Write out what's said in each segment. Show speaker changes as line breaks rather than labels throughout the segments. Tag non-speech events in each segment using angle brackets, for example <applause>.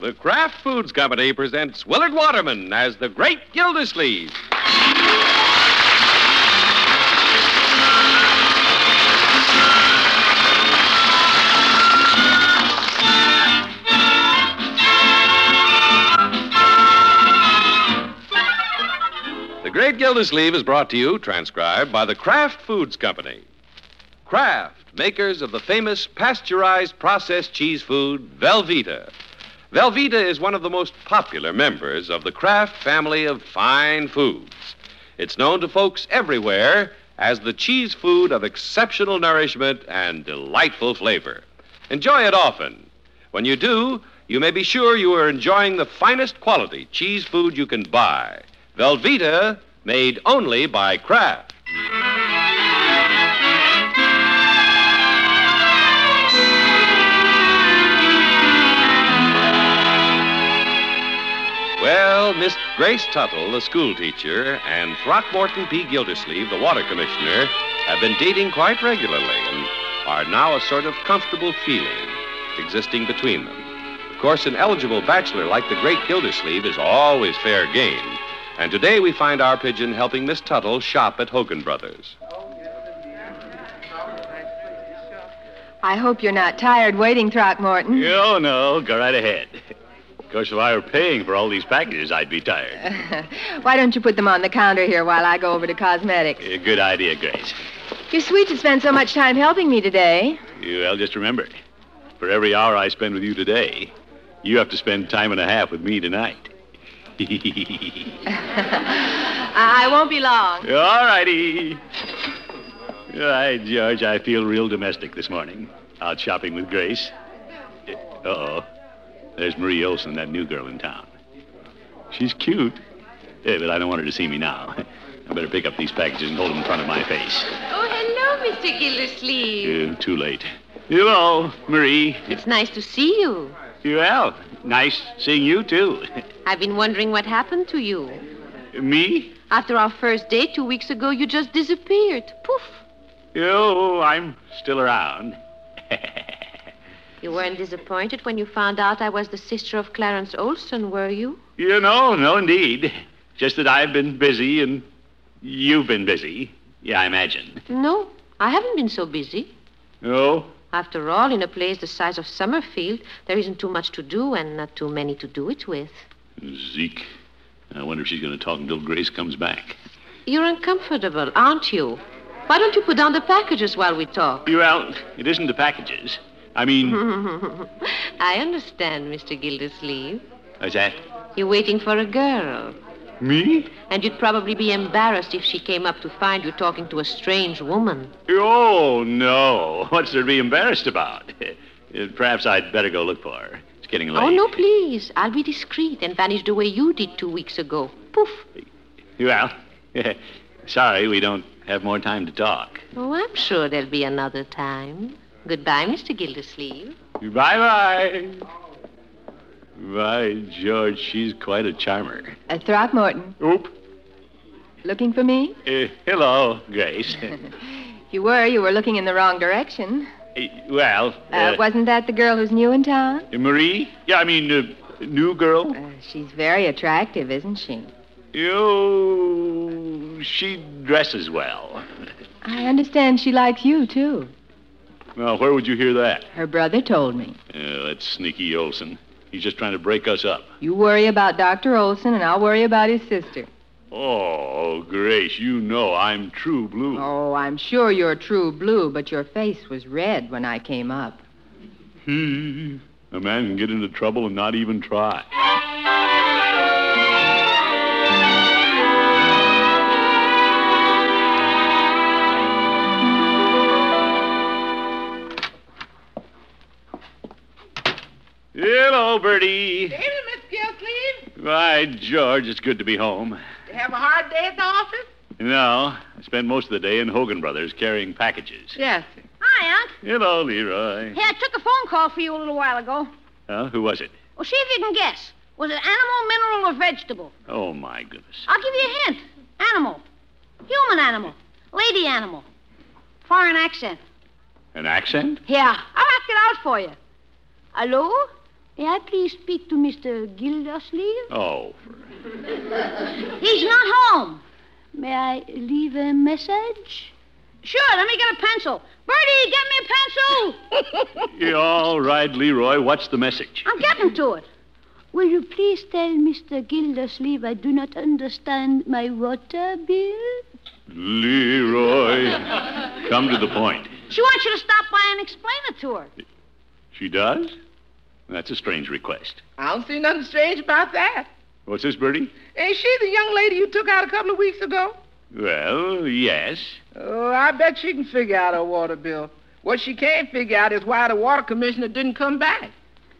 The Kraft Foods Company presents Willard Waterman as the Great Gildersleeve. The Great Gildersleeve is brought to you, transcribed by the Kraft Foods Company. Kraft, makers of the famous pasteurized processed cheese food, Velveeta. Velveeta is one of the most popular members of the Kraft family of fine foods. It's known to folks everywhere as the cheese food of exceptional nourishment and delightful flavor. Enjoy it often. When you do, you may be sure you are enjoying the finest quality cheese food you can buy. Velveeta, made only by Kraft. Well, Miss Grace Tuttle, the schoolteacher, and Throckmorton P. Gildersleeve, the water commissioner, have been dating quite regularly and are now a sort of comfortable feeling existing between them. Of course, an eligible bachelor like the great Gildersleeve is always fair game. And today we find our pigeon helping Miss Tuttle shop at Hogan Brothers.
I hope you're not tired waiting, Throckmorton.
Oh, no. Go right ahead. Of course, if I were paying for all these packages, I'd be
<laughs>
tired.
<laughs> Why don't you put them on the counter here while I go over to cosmetics?
A good idea, Grace.
You're sweet to spend so much time helping me today. <laughs>
Well, just remember, for every hour I spend with you today, you have to spend time and a half with me tonight. <laughs>
I, I won't be long.
all righty. All right, George, I feel real domestic this morning. Out shopping with Grace. Uh-oh. There's Marie Olson, that new girl in town. She's cute. Yeah, but I don't want her to see me now. I better pick up these packages and hold them in front of my face.
Oh, hello, Mr. Gildersleeve.
Uh, too late. Hello, Marie.
It's nice to see you.
Well, nice seeing you, too. <laughs>
I've been wondering what happened to you.
Me?
After our first date two weeks ago, you just disappeared. Poof.
Oh, I'm still around. <laughs>
You weren't disappointed when you found out I was the sister of Clarence Olson, were you?
You know, no, indeed. Just that I've been busy and you've been busy. Yeah, I imagine.
No, I haven't been so busy.
Oh?
After all, in a place the size of Summerfield, there isn't too much to do and not too many to do it with.
Zeke. I wonder if she's going to talk until Grace comes back.
You're uncomfortable, aren't you? Why don't you put down the packages while we talk? <laughs>
Well, it isn't the packages. I mean,
I understand, Mr. Gildersleeve.
is that
You're waiting for a girl.
me?
And you'd probably be embarrassed if she came up to find you talking to a strange woman.
Oh, no. <laughs> What's there to be embarrassed about? <laughs> Uh, Perhaps I'd better go look for her. It's getting late.
Oh, no, please. I'll be discreet and vanish the way you did two weeks ago. Poof.
Well, <laughs> sorry we don't have more time to talk.
Oh, I'm sure there'll be another time. Goodbye, Mr. Gildersleeve.
Bye bye. By George, she's quite a charmer.
Uh, Throckmorton,
Oop.
looking for
<laughs>
me?
Uh, hello,
<laughs>
Grace.
If you were, you were looking in the wrong direction.
Uh, well, uh,
Uh, wasn't that the girl who's new in town?
Marie? Yeah, I mean, uh, new girl.
Uh, she's very attractive, isn't she?
You. She dresses well.
I understand she likes you, too.
Now, where would you hear that?
Her brother told me.
Oh, that sneaky Olson. He's just trying to break us up.
You worry about Dr. Olson, and I'll worry about his sister.
Oh, Grace, you know I'm true blue.
Oh, I'm sure you're true blue, but your face was red when I came up.
A man can get into trouble and not even try. Hello, Bertie.
David, Miss Gilsleeve,
Why, George, it's good to be home.
did you have a hard day at the office?
No, I spent most of the day in Hogan Brothers carrying packages.
Yes.
Hi, Unc.
Hello, Leroy.
Hey, I took a phone call for you a little while ago.
Huh? Who was it?
Well, see if you can guess. Was it animal, mineral, or vegetable?
Oh, my goodness.
I'll give you a hint. Animal. Human animal. Lady animal. Foreign accent.
An accent?
Yeah, I'll act it out for you. Hello? May I please speak to Mr. Gildersleeve?
Oh,
He's not home.
May I leave a message?
Sure, let me get a pencil. Bertie, get me a pencil.
<laughs> yeah, all right, Leroy. What's the message?
I'm getting to it.
Will you please tell Mr. Gildersleeve I do not understand my water bill?
Leroy, come to the point.
She wants you to stop by and explain it to her.
She does? That's a strange request.
I don't see nothing strange about that.
What's this, Bertie?
Ain't she the young lady you took out a couple of weeks ago?
Well, yes.
Oh, I bet she can figure out her water bill. What she can't figure out is why the water commissioner didn't come back.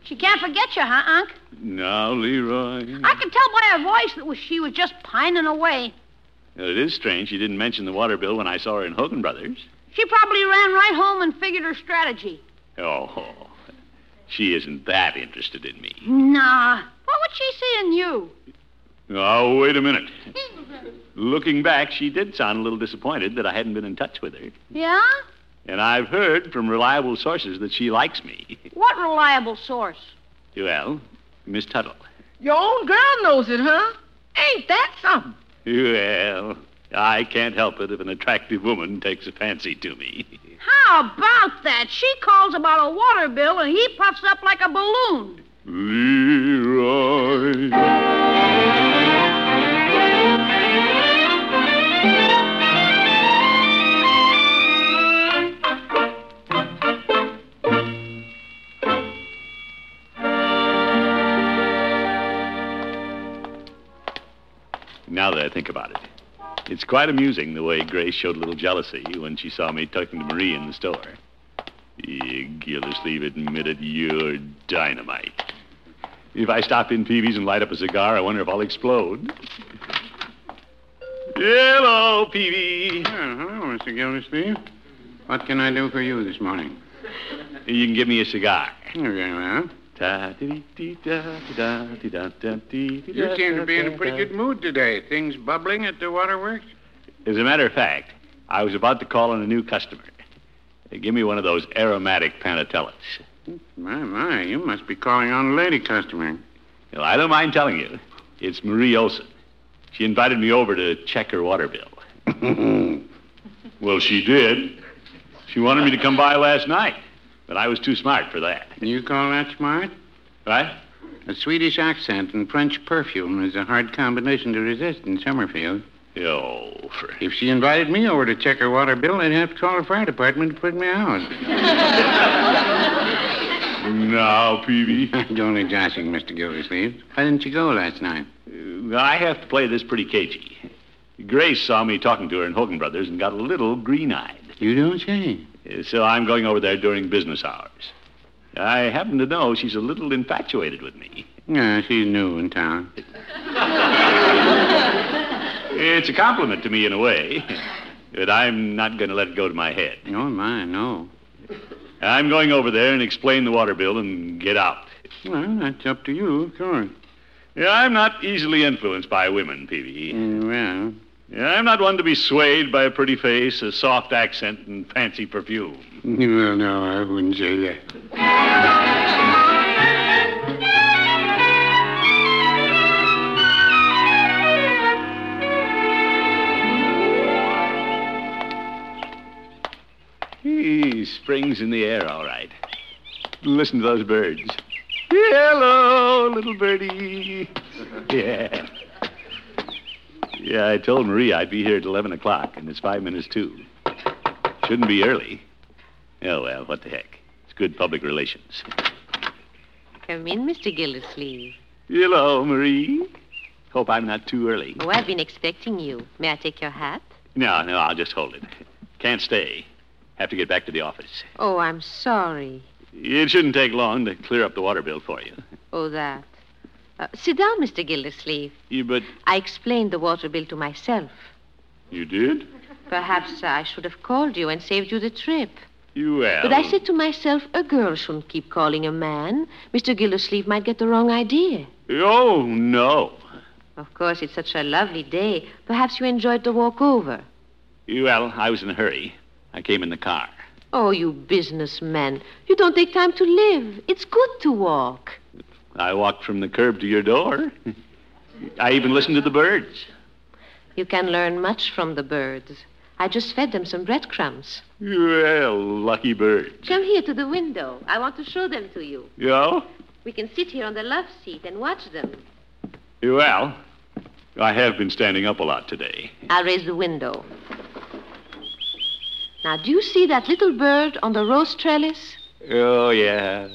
She can't forget you, huh, Unc?
Now, Leroy.
I could tell by her voice that was- she was just pining away.
It is strange she didn't mention the water bill when I saw her in Hogan Brothers.
She probably ran right home and figured her strategy.
Oh, she isn't that interested in me.
Nah. What would she see in you?
Oh, wait a minute. Looking back, she did sound a little disappointed that I hadn't been in touch with her.
Yeah?
And I've heard from reliable sources that she likes me.
What reliable source?
Well, Miss Tuttle.
Your own girl knows it, huh? Ain't that something? <laughs>
Well, I can't help it if an attractive woman takes a fancy to me. <laughs>
How about that? She calls about a water bill and he puffs up like a balloon. <laughs>
Leroy. Now that I think about it, it's quite amusing the way Grace showed a little jealousy when she saw me talking to Marie in the store. Yeah, Gildersleeve admitted you're dynamite. If I stop in Peavy's and light up a cigar, I wonder if I'll explode. Hello, Peavy.
hello, Mr. Uh-huh, Gildersleeve. What can I do for you this morning?
You can give me a cigar.
Very well. You
You
seem to be in a pretty good mood today. Things bubbling at the waterworks?
As a matter of fact, I was about to call on a new customer. Give me one of those aromatic panatellas.
My, my, you must be calling on a lady customer.
Well, I don't mind telling you, it's Marie Olson. She invited me over to check her water bill. well, she did. She wanted me to come by last night, but I was too smart for that.
You call that smart?
Right?
A Swedish accent and French perfume is a hard combination to resist in Summerfield.
Oh, for...
If she invited me over to check her water bill, I'd have to call the fire department to put me out. <laughs>
now, Peavy.
I'm only joshing, Mr. Gildersleeve. Why didn't you go last night?
Uh, I have to play this pretty cagey. Grace saw me talking to her in Hogan Brothers and got a little green-eyed.
You don't say.
Uh, So I'm going over there during business hours. I happen to know she's a little infatuated with me.
Yeah, she's new in town.
It's a compliment to me in a way, <laughs> but I'm not going to let it go to my head.
Oh, my, no.
I'm going over there and explain the water bill and get out.
Well, that's up to you, of course.
Yeah, I'm not easily influenced by women, Peavy.
Mm, Well, <laughs>
Yeah, I'm not one to be swayed by a pretty face, a soft accent, and fancy perfume.
well, no, I wouldn't say that.
Gee, spring's in the air, all right. Listen to those birds. Hello, little birdie. <laughs> Yeah. Yeah, I told Marie I'd be here at 11 o'clock, and it's five minutes to. Shouldn't be early. Oh, well, what the heck. It's good public relations.
Come in, Mr. Gildersleeve.
Hello, Marie. Hope I'm not too early.
Oh, I've been expecting you. May I take your hat?
No, no, I'll just hold it. Can't stay. Have to get back to the office.
Oh, I'm sorry.
It shouldn't take long to clear up the water bill for you.
Oh, that. Uh, sit down, Mr. Gildersleeve.
you but
I explained the water bill to myself.
you did?
Perhaps uh, I should have called you and saved you the trip.
You well.
But I said to myself, a girl shouldn't keep calling a man. Mr. Gildersleeve might get the wrong idea.
Oh, no.
Of course, it's such a lovely day. Perhaps you enjoyed the walk over.
Well, I was in a hurry. I came in the car.
Oh, you businessmen. You don't take time to live. It's good to walk.
I walked from the curb to your door. I even listened to the birds.
You can learn much from the birds. I just fed them some breadcrumbs.
Well, lucky bird.
Come here to the window. I want to show them to you.
Yeah?
We can sit here on the love seat and watch them.
Well, I have been standing up a lot today.
I'll raise the window. Now, do you see that little bird on the rose trellis?
Oh, yeah.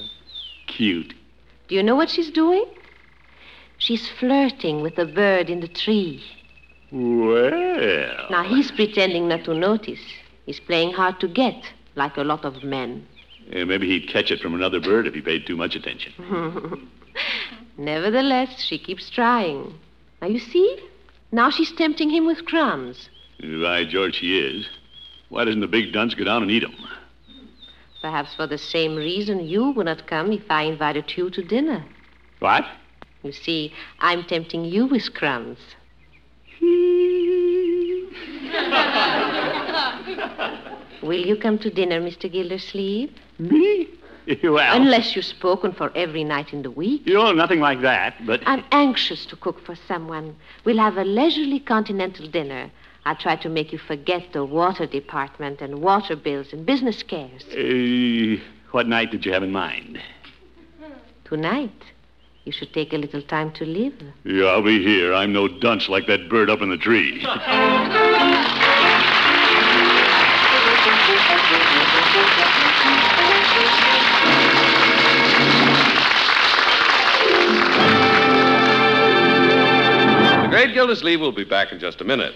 Cute.
Do you know what she's doing? She's flirting with the bird in the tree.
Well.
Now, he's pretending not to notice. He's playing hard to get, like a lot of men.
Eh, maybe he'd catch it from another bird if he paid too much attention.
Nevertheless, she keeps trying. Now, you see? Now she's tempting him with crumbs.
By George, he is. Why doesn't the big dunce go down and eat 'em?
Perhaps for the same reason you would not come if I invited you to dinner.
What? <laughs>
You see, I'm tempting you with crumbs. Will you come to dinner, Mr. Gildersleeve?
Me? <laughs> well.
Unless you've spoken for every night in the week.
You know, nothing like that, but.
I'm anxious to cook for someone. We'll have a leisurely continental dinner. I'll try to make you forget the water department and water bills and business cares.
Eh, what night did you have in mind?
Tonight, you should take a little time to live.
Yeah, I'll be here. I'm no dunce like that bird up in the tree.
The great Gildersleeve will be back in just a minute.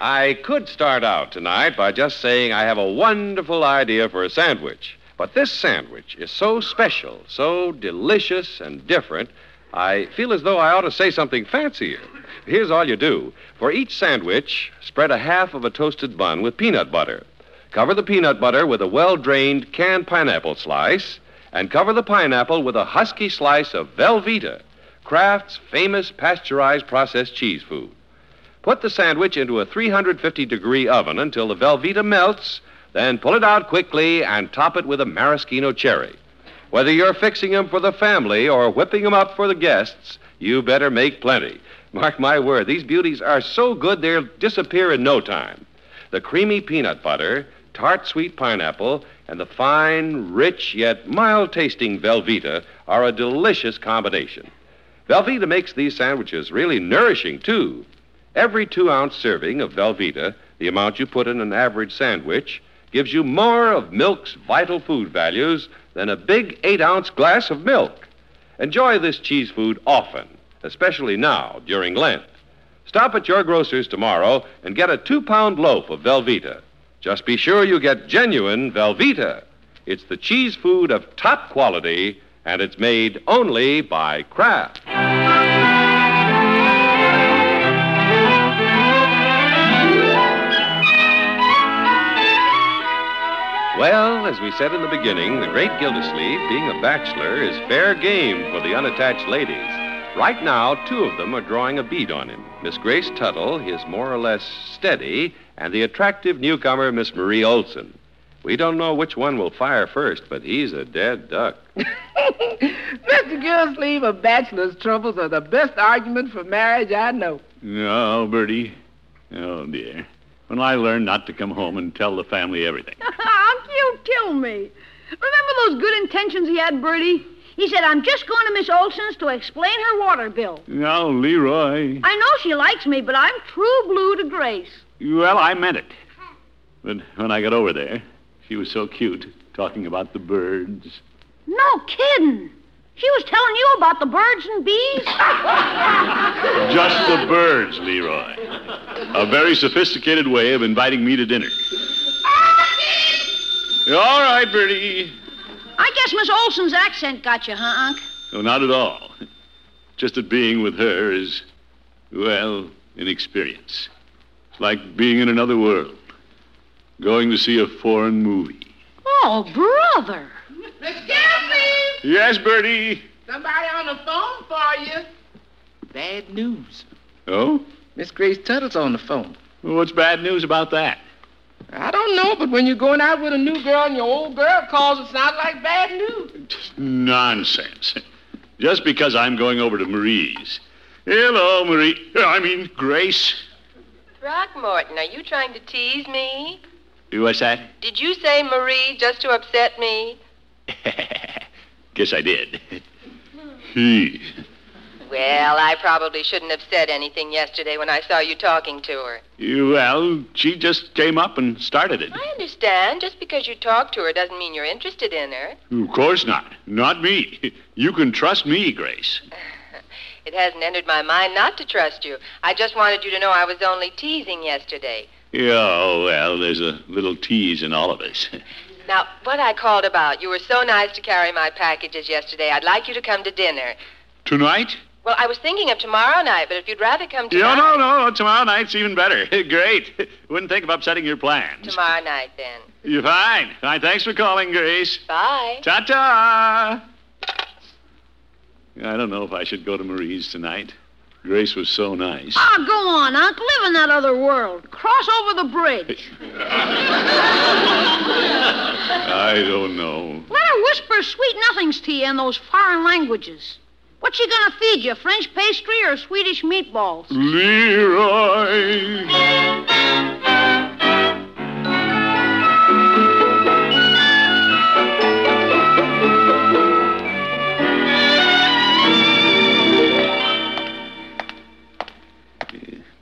I could start out tonight by just saying I have a wonderful idea for a sandwich. But this sandwich is so special, so delicious and different, I feel as though I ought to say something fancier. Here's all you do for each sandwich, spread a half of a toasted bun with peanut butter. Cover the peanut butter with a well drained canned pineapple slice, and cover the pineapple with a husky slice of Velveeta. Kraft's famous pasteurized processed cheese food. Put the sandwich into a 350 degree oven until the Velveeta melts, then pull it out quickly and top it with a maraschino cherry. Whether you're fixing 'em for the family or whipping 'em up for the guests, you better make plenty. Mark my word, these beauties are so good they'll disappear in no time. The creamy peanut butter, tart sweet pineapple, and the fine, rich, yet mild tasting Velveeta are a delicious combination. Velveeta makes these sandwiches really nourishing, too. Every two ounce serving of Velveeta, the amount you put in an average sandwich, gives you more of milk's vital food values than a big eight ounce glass of milk. Enjoy this cheese food often, especially now during Lent. Stop at your grocer's tomorrow and get a two pound loaf of Velveeta. Just be sure you get genuine Velveeta. It's the cheese food of top quality, and it's made only by Kraft. Well, as we said in the beginning, the great Gildersleeve, being a bachelor, is fair game for the unattached ladies. Right now, two of them are drawing a bead on him Miss Grace Tuttle, his more or less steady, and the attractive newcomer, Miss Marie Olson. We don't know which one will fire first, but he's a dead duck.
Mr. Gildersleeve, a bachelor's troubles are the best argument for marriage I know.
<laughs> No, Bertie. Oh, dear. When I learned not to come home and tell the family everything.
Unc, you kill me. Remember those good intentions he had, Bertie? He said, I'm just going to Miss Olson's to explain her water bill.
No, Leroy.
I know she likes me, but I'm true blue to Grace.
Well, I meant it. But when I got over there, she was so cute, talking about the birds.
No kidding. She was telling you about the birds and <laughs> bees.
Just the birds, Leroy. A very sophisticated way of inviting me to dinner. All right, Bertie.
I guess Miss Olson's accent got you, huh, Unc?
No, not at all. Just that being with her is, well, an experience. It's like being in another world, going to see a foreign movie.
Oh, brother.
Miss Gildersleeve!
Yes, Bertie.
Somebody on the phone for you. Bad news.
Oh?
Miss Grace Tuttle's on the phone.
Well, what's bad news about that?
I don't know, but when you're going out with a new girl and your old girl calls, it sounds like bad news.
Nonsense. Just because I'm going over to Marie's. Hello, Marie. I mean, Grace.
Throckmorton, are you trying to tease me?
What's that?
Did you say Marie just to upset me?
<laughs> Guess I did. He.
Well, I probably shouldn't have said anything yesterday when I saw you talking to her.
Well, she just came up and started it.
I understand. Just because you talked to her doesn't mean you're interested in her.
Of course not. Not me. <laughs> You can trust me, Grace.
It hasn't entered my mind not to trust you. I just wanted you to know I was only teasing yesterday.
Yeah, Oh, well, there's a little tease in all of us.
Now, what I called about, you were so nice to carry my packages yesterday. I'd like you to come to dinner.
<laughs> Tonight?
Well, I was thinking of tomorrow night, but if you'd rather come
Yeah, no,
tonight,
no, no. Tomorrow night's even better. <laughs> Great. Wouldn't think of upsetting your plans.
tomorrow night then.
You're fine. Fine. Thanks for calling, Grace.
Bye.
Ta ta! I don't know if I should go to Marie's tonight. Grace was so nice.
Ah, go on, Unc. Live in that other world. Cross over the bridge.
I don't know.
Let her whisper sweet nothings to you in those foreign languages. What's she gonna feed you? French pastry or Swedish meatballs?
Leroy!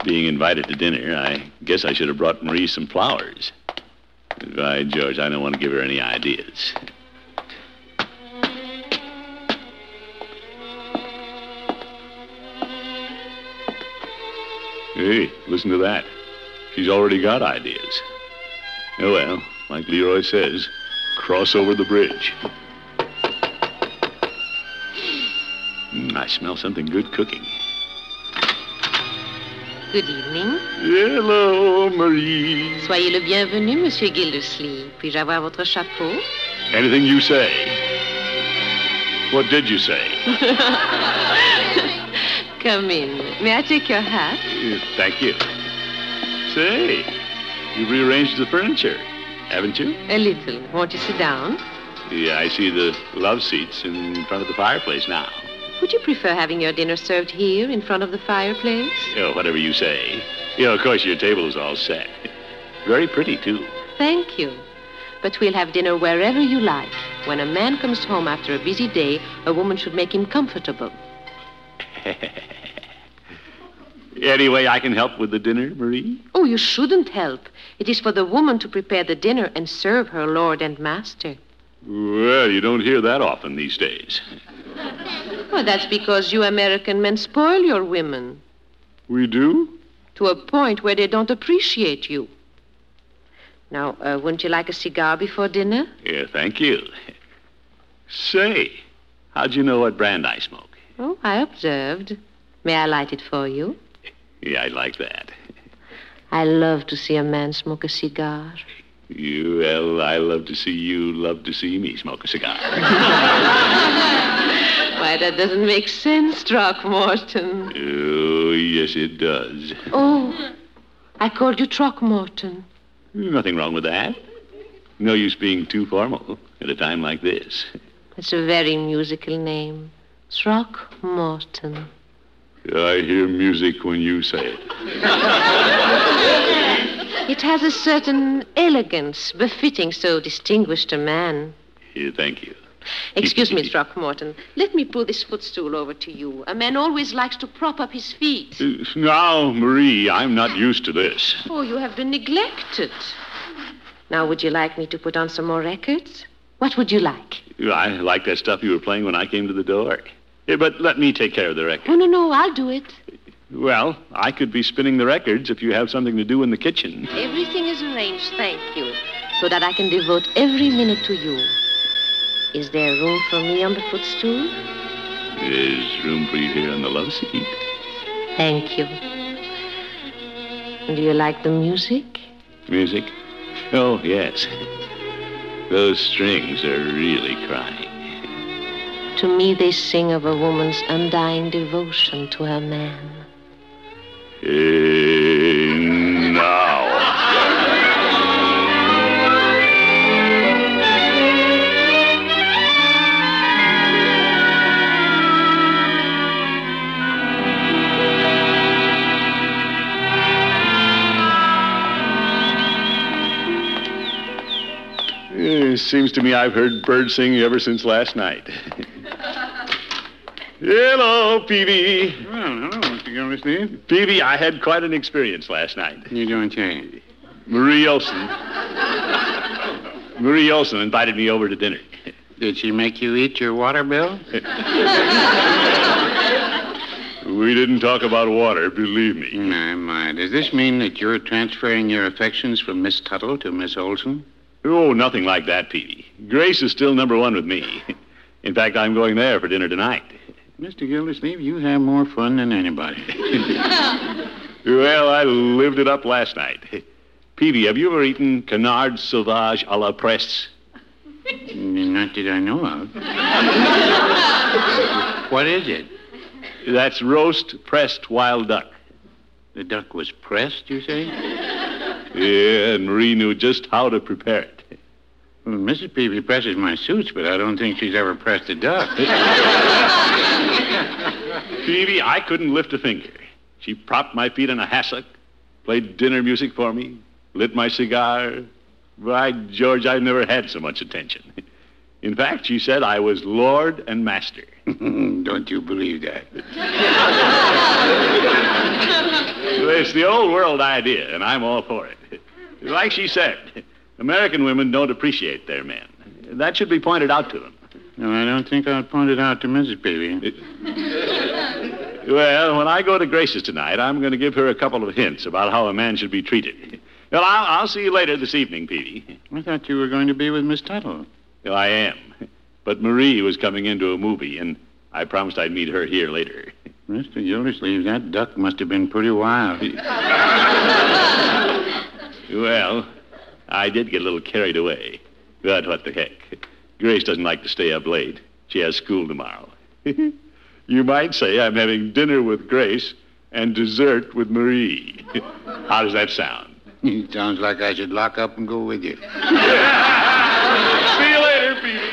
Being invited to dinner, I guess I should have brought Marie some flowers. By George, I don't want to give her any ideas. Hey, listen to that. She's already got ideas. Oh, well, like Leroy says, cross over the bridge. Mm, I smell something good cooking.
Good evening.
Hello, Marie.
Soyez le bienvenu, Monsieur Gildersleeve. Puis-je avoir votre chapeau? <laughs>
Anything you say. What did you say?
Come in. May I take your hat?
Eh, Thank you. Say, you've rearranged the furniture, haven't you?
A little. Won't you sit down?
Yeah, I see the love seats in front of the fireplace now.
Would you prefer having your dinner served here in front of the fireplace?
Yeah, whatever you say. Yeah, of course, your table is all set. Very pretty, too. <laughs>
Thank you. But we'll have dinner wherever you like. When a man comes home after a busy day, a woman should make him comfortable.
Anyway, I can help with the dinner, Marie.
Oh, you shouldn't help. It is for the woman to prepare the dinner and serve her lord and master.
Well, you don't hear that often these days.
Well, that's because you American men spoil your women.
We do?
to a point where they don't appreciate you. Now, uh, wouldn't you like a cigar before dinner?
Yeah, thank you. Say, how'd you know what brand I smoke?
Oh, I observed. May I light it for you?
Yeah, I like that.
I love to see a man smoke a cigar.
You, well, I love to see you, love to see me smoke a cigar.
Why, that doesn't make sense, Throckmorton.
Oh, yes, it does.
Oh, I called you Throckmorton.
Nothing wrong with that. No use being too formal at a time like this.
That's a very musical name. Throckmorton.
I hear music when you say it.
It has a certain elegance befitting so distinguished a man.
Yeah, thank you.
Excuse me, Throckmorton. Let me pull this footstool over to you. A man always likes to prop up his feet.
Uh, Now, Marie, I'm not used to this.
Oh, you have been neglected. Now, would you like me to put on some more records? What would you like?
I like that stuff you were playing when I came to the door. Yeah, but let me take care of the record.
Oh, no, no, I'll do it.
Well, I could be spinning the records if you have something to do in the kitchen.
Everything is arranged, thank you, so that I can devote every minute to you. Is there room for me on the footstool?
There's room for you here on the love seat.
Thank you. Do you like the music?
Music? Oh, yes. Those strings are really crying.
To me, they sing of a woman's undying devotion to her man.
Eh, now. Eh, seems to me I've heard bird sing ever since last night. <laughs> Hello, Peavy. Well, hello, Mr. Gildersleeve. Peavy, I had quite an experience last night. You don't change. Marie Olson. Marie Olson invited me over to dinner. Did she make you eat your water bill? we didn't talk about water, believe me.
My, my. Does this mean that you're transferring your affections from Miss Tuttle to Miss Olson?
Oh, nothing like that, Peavy. Grace is still number one with me. In fact, I'm going there for dinner tonight.
Mr. Gildersleeve, you have more fun than <laughs> anybody.
Well, I lived it up last night. Peavy, have you ever eaten canard sauvage à la presse? Not that I know <laughs> of. What is it? That's roast pressed wild duck. The duck was pressed, you say? Yeah, and Marie knew just how to prepare it.
Well, Mrs. Peavy presses my suits, but I don't think she's ever pressed a duck. <laughs>
Peavy, I couldn't lift a finger. She propped my feet in a hassock, played dinner music for me, lit my cigar. By George, I never had so much attention. <laughs> In fact, she said I was lord and master. Don't you believe that? it's the old world idea, and I'm all for it. <laughs> Like she said, American women don't appreciate their men. That should be pointed out to them.
No, I don't think I'll point it out to Mrs. Peavy.
Well, when I go to Grace's tonight, I'm going to give her a couple of hints about how a man should be treated. <laughs> Well, I'll, I'll see you later this evening, Peavy.
I thought you were going to be with Miss Tuttle.
Well, I am. <laughs> But Marie was coming into a movie, and I promised I'd meet her here later. <laughs>
Mr. Gildersleeve, that duck must have been pretty wild. <laughs>
Well, I did get a little carried away. But what the heck? Grace doesn't like to stay up late. She has school tomorrow. <laughs> you might say I'm having dinner with Grace and dessert with Marie. <laughs> How does that sound?
It sounds like I should lock up and go with you.
See you later, Peavy.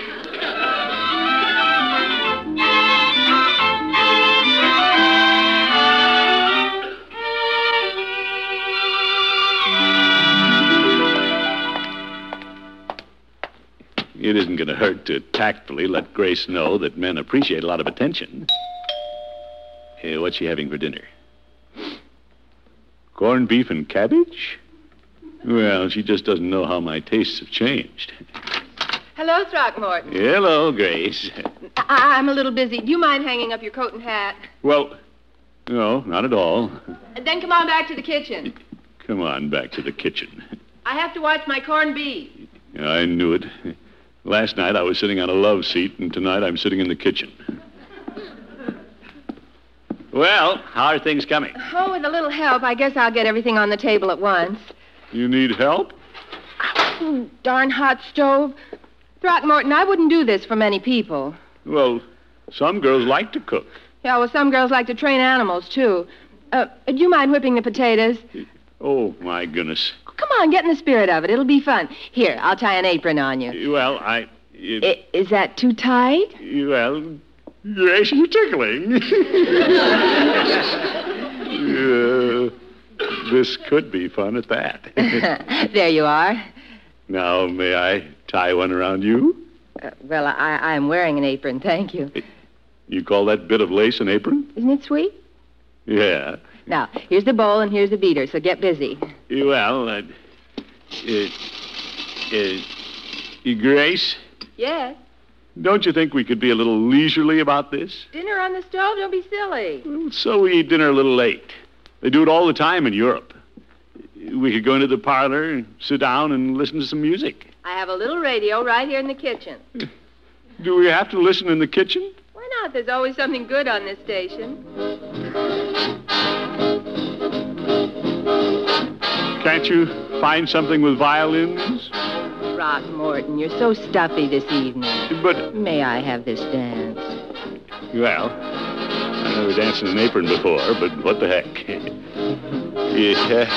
It isn't going to hurt to tactfully let Grace know that men appreciate a lot of attention. Hey, what's she having for dinner? Corned beef and cabbage? Well, she just doesn't know how my tastes have changed.
Hello, Throckmorton.
Hello, Grace.
I- I'm a little busy. Do you mind hanging up your coat and hat?
Well, no, not at all.
Then come on back to the kitchen.
Come on back to the kitchen.
I have to watch my corned beef.
I knew it. Last night I was sitting on a love seat, and tonight I'm sitting in the kitchen. Well, how are things coming?
Oh, with a little help, I guess I'll get everything on the table at once.
You need help?
Oh, darn hot stove. Throckmorton, I wouldn't do this for many people.
Well, some girls like to cook.
Yeah, well, some girls like to train animals, too. Uh, do you mind whipping the potatoes?
Oh, my goodness.
Come on, get in the spirit of it. It'll be fun. Here, I'll tie an apron on you.
Well, I. it-
I- is that too tight? <laughs>
Well, yes, you're tickling. Uh, this could be fun at
<laughs>
that.
there you are.
now, may I tie one around you?
Uh, well, I, I'm wearing an apron, thank you.
You call that bit of lace an apron?
Isn't it sweet?
Yeah.
Now, here's the bowl and here's the beater, so get busy.
Well, uh, uh, uh, Grace,
Yes.
don't you think we could be a little leisurely about this?
Dinner on the stove? Don't be silly.
So we eat dinner a little late. They do it all the time in Europe. We could go into the parlor, sit down, and listen to some music.
I have a little radio right here in the kitchen.
Do we have to listen in the kitchen?
Why not? There's always something good on this station.
Can't you find something with violins?
Throckmorton, you're so stuffy this evening.
But,
May I have this dance? <laughs>
well, I never danced in an apron before, but what the heck. <laughs> yeah.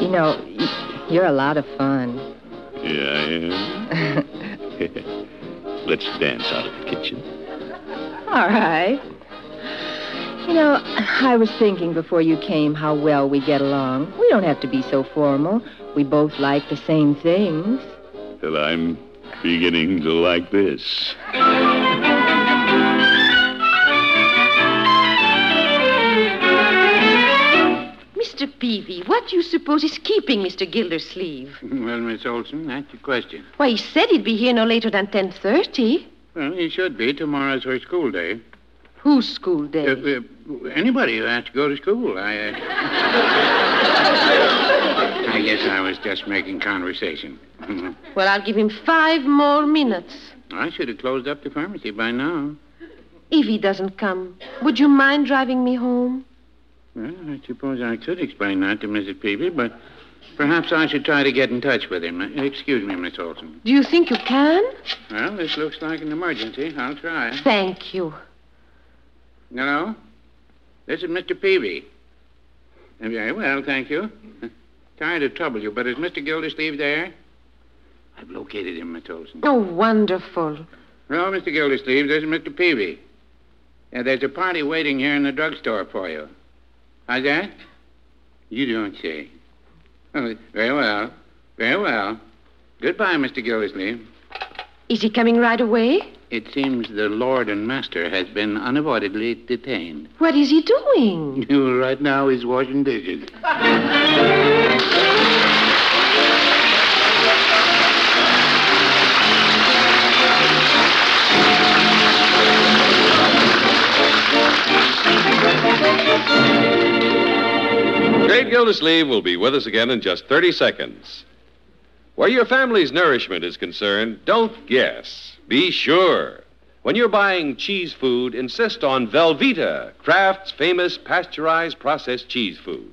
You know, y- you're a lot of fun. <laughs>
Yeah, I am. Let's dance out of the kitchen.
All right. You know, I was thinking before you came how well we get along. We don't have to be so formal. We both like the same things.
that I'm beginning to like this.
Mr. Peavy, what do you suppose is keeping Mr. Gildersleeve?
Well, Miss Olson, that's your question.
Why, he said he'd be here no later than 10.30.
Well, he should be. Tomorrow's her school day.
Whose school day?
Uh, uh, anybody who has to go to school. I, uh, <laughs> I guess I was just making conversation. <laughs>
Well, I'll give him five more minutes.
I should have closed up the pharmacy by now.
If he doesn't come, would you mind driving me home?
Well, I suppose I could explain that to Mrs. Peavy, but perhaps I should try to get in touch with him. Uh, Excuse me, Miss Olson.
Do you think you can?
Well, this looks like an emergency. I'll try.
Thank you.
Hello? This is Mr. Peavy. Uh, Very well, thank you. <laughs> Tired to trouble you, but is Mr. Gildersleeve there? I've located him, Miss Olson.
Oh, wonderful.
Hello, Mr. Gildersleeve. This is Mr. Peavy. Uh, there's a party waiting here in the drugstore for you. How's that? You don't say. Oh, very well. Very well. Goodbye, Mr. Gildersleeve.
Is he coming right away?
It seems the Lord and Master has been unavoidably detained. <laughs>
What is he doing?
right now he's washing dishes.
Great Gildersleeve will be with us again in just 30 seconds. Where your family's nourishment is concerned, don't guess. Be sure. When you're buying cheese food, insist on Velveeta, Kraft's famous pasteurized processed cheese food.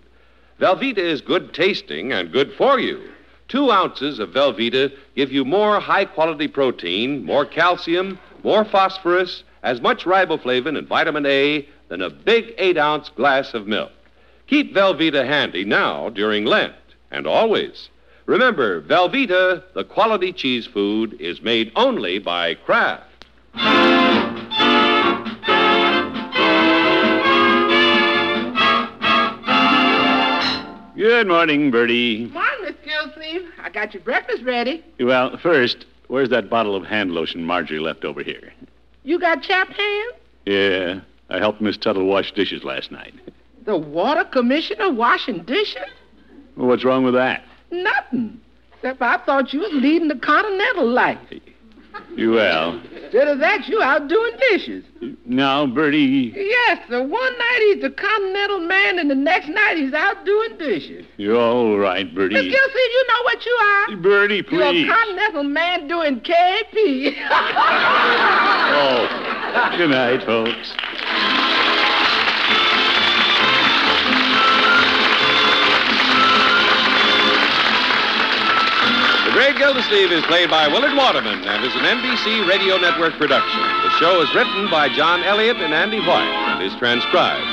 Velveeta is good tasting and good for you. Two ounces of Velveeta give you more high quality protein, more calcium, more phosphorus, as much riboflavin and vitamin A than a big eight ounce glass of milk. Keep Velveeta handy now during Lent and always. Remember, Velveeta, the quality cheese food, is made only by Kraft.
Good morning, Bertie.
Morning, Miss Gilsleeve. I got your breakfast ready.
Well, first, where's that bottle of hand lotion Marjorie left over here?
You got chapped hands?
Yeah, I helped Miss Tuttle wash dishes last night.
The water commissioner washing dishes?
What's wrong with that?
Nothing. Except I thought you was leading the continental life.
Well,
Instead of that, you out doing dishes.
now, Bertie,
Yes, sir. One night he's the continental man, and the next night he's out doing dishes.
you're all right,
Miss
Bertie.
Gilsey, you know what you are.
Bertie,
You're a
please.
continental man doing KP. <laughs>
Oh, good night, folks.
The Great Gildersleeve is played by Willard Waterman and is an NBC Radio Network production. The show is written by John Elliott and Andy White and is transcribed.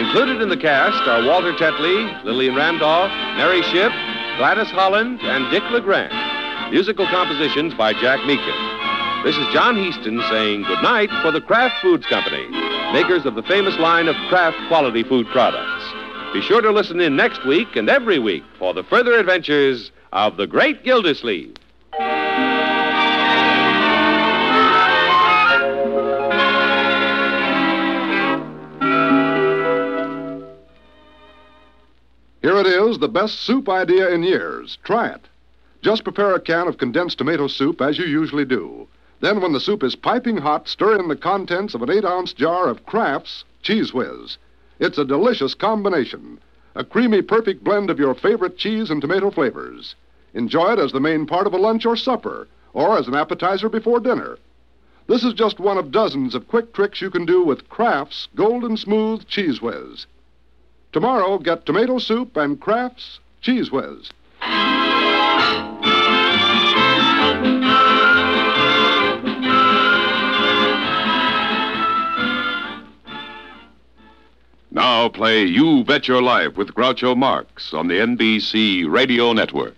Included in the cast are Walter Tetley, Lillian Randolph, Mary Shipp, Gladys Holland, and Dick LeGrand. Musical compositions by Jack Meekin. This is John Heaston saying goodnight for the Kraft Foods Company, makers of the famous line of Kraft quality food products. Be sure to listen in next week and every week for the further adventures of the Great Gildersleeve.
Here it is, the best soup idea in years. Try it. Just prepare a can of condensed tomato soup as you usually do. Then, when the soup is piping hot, stir in the contents of an 8 ounce jar of Kraft's Cheese Whiz. It's a delicious combination, a creamy, perfect blend of your favorite cheese and tomato flavors. Enjoy it as the main part of a lunch or supper, or as an appetizer before dinner. This is just one of dozens of quick tricks you can do with Kraft's Golden Smooth Cheese Whiz. Tomorrow, get tomato soup and Kraft's Cheese Whiz.
Now play You Bet Your Life with Groucho Marx on the NBC Radio Network.